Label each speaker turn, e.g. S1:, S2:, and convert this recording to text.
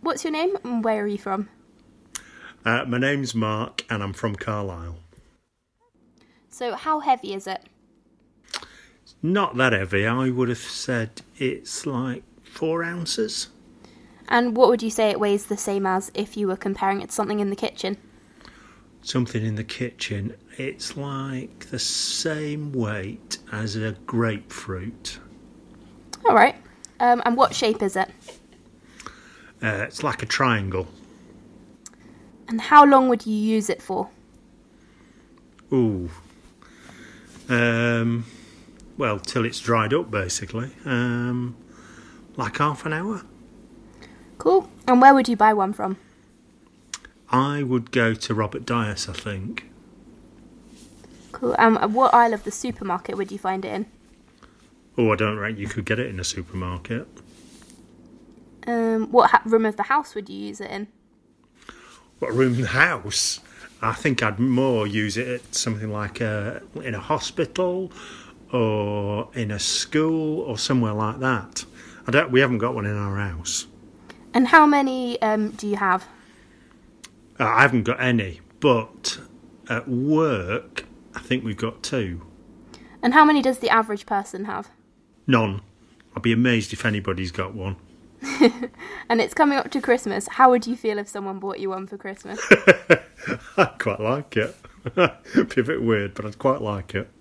S1: what's your name and where are you from?
S2: Uh, my name's Mark, and I'm from Carlisle.
S1: So, how heavy is it?
S2: Not that heavy. I would have said it's like four ounces.
S1: And what would you say it weighs the same as if you were comparing it to something in the kitchen?
S2: Something in the kitchen. It's like the same weight as a grapefruit.
S1: All right. Um, and what shape is it?
S2: Uh, it's like a triangle.
S1: And how long would you use it for?
S2: Ooh. Um, well, till it's dried up, basically. Um, like half an hour.
S1: Cool. And where would you buy one from?
S2: I would go to Robert Dias, I think.
S1: Cool. Um, and what aisle of the supermarket would you find it in?
S2: Oh, I don't reckon you could get it in a supermarket.
S1: Um, what ha- room of the house would you use it in?
S2: What room in the house? I think I'd more use it at something like a, in a hospital or in a school or somewhere like that. I don't. We haven't got one in our house.
S1: And how many um, do you have?
S2: Uh, I haven't got any, but at work, I think we've got two.
S1: And how many does the average person have?
S2: None. I'd be amazed if anybody's got one.
S1: And it's coming up to Christmas. How would you feel if someone bought you one for Christmas?
S2: I'd quite like it. It'd be a bit weird, but I'd quite like it.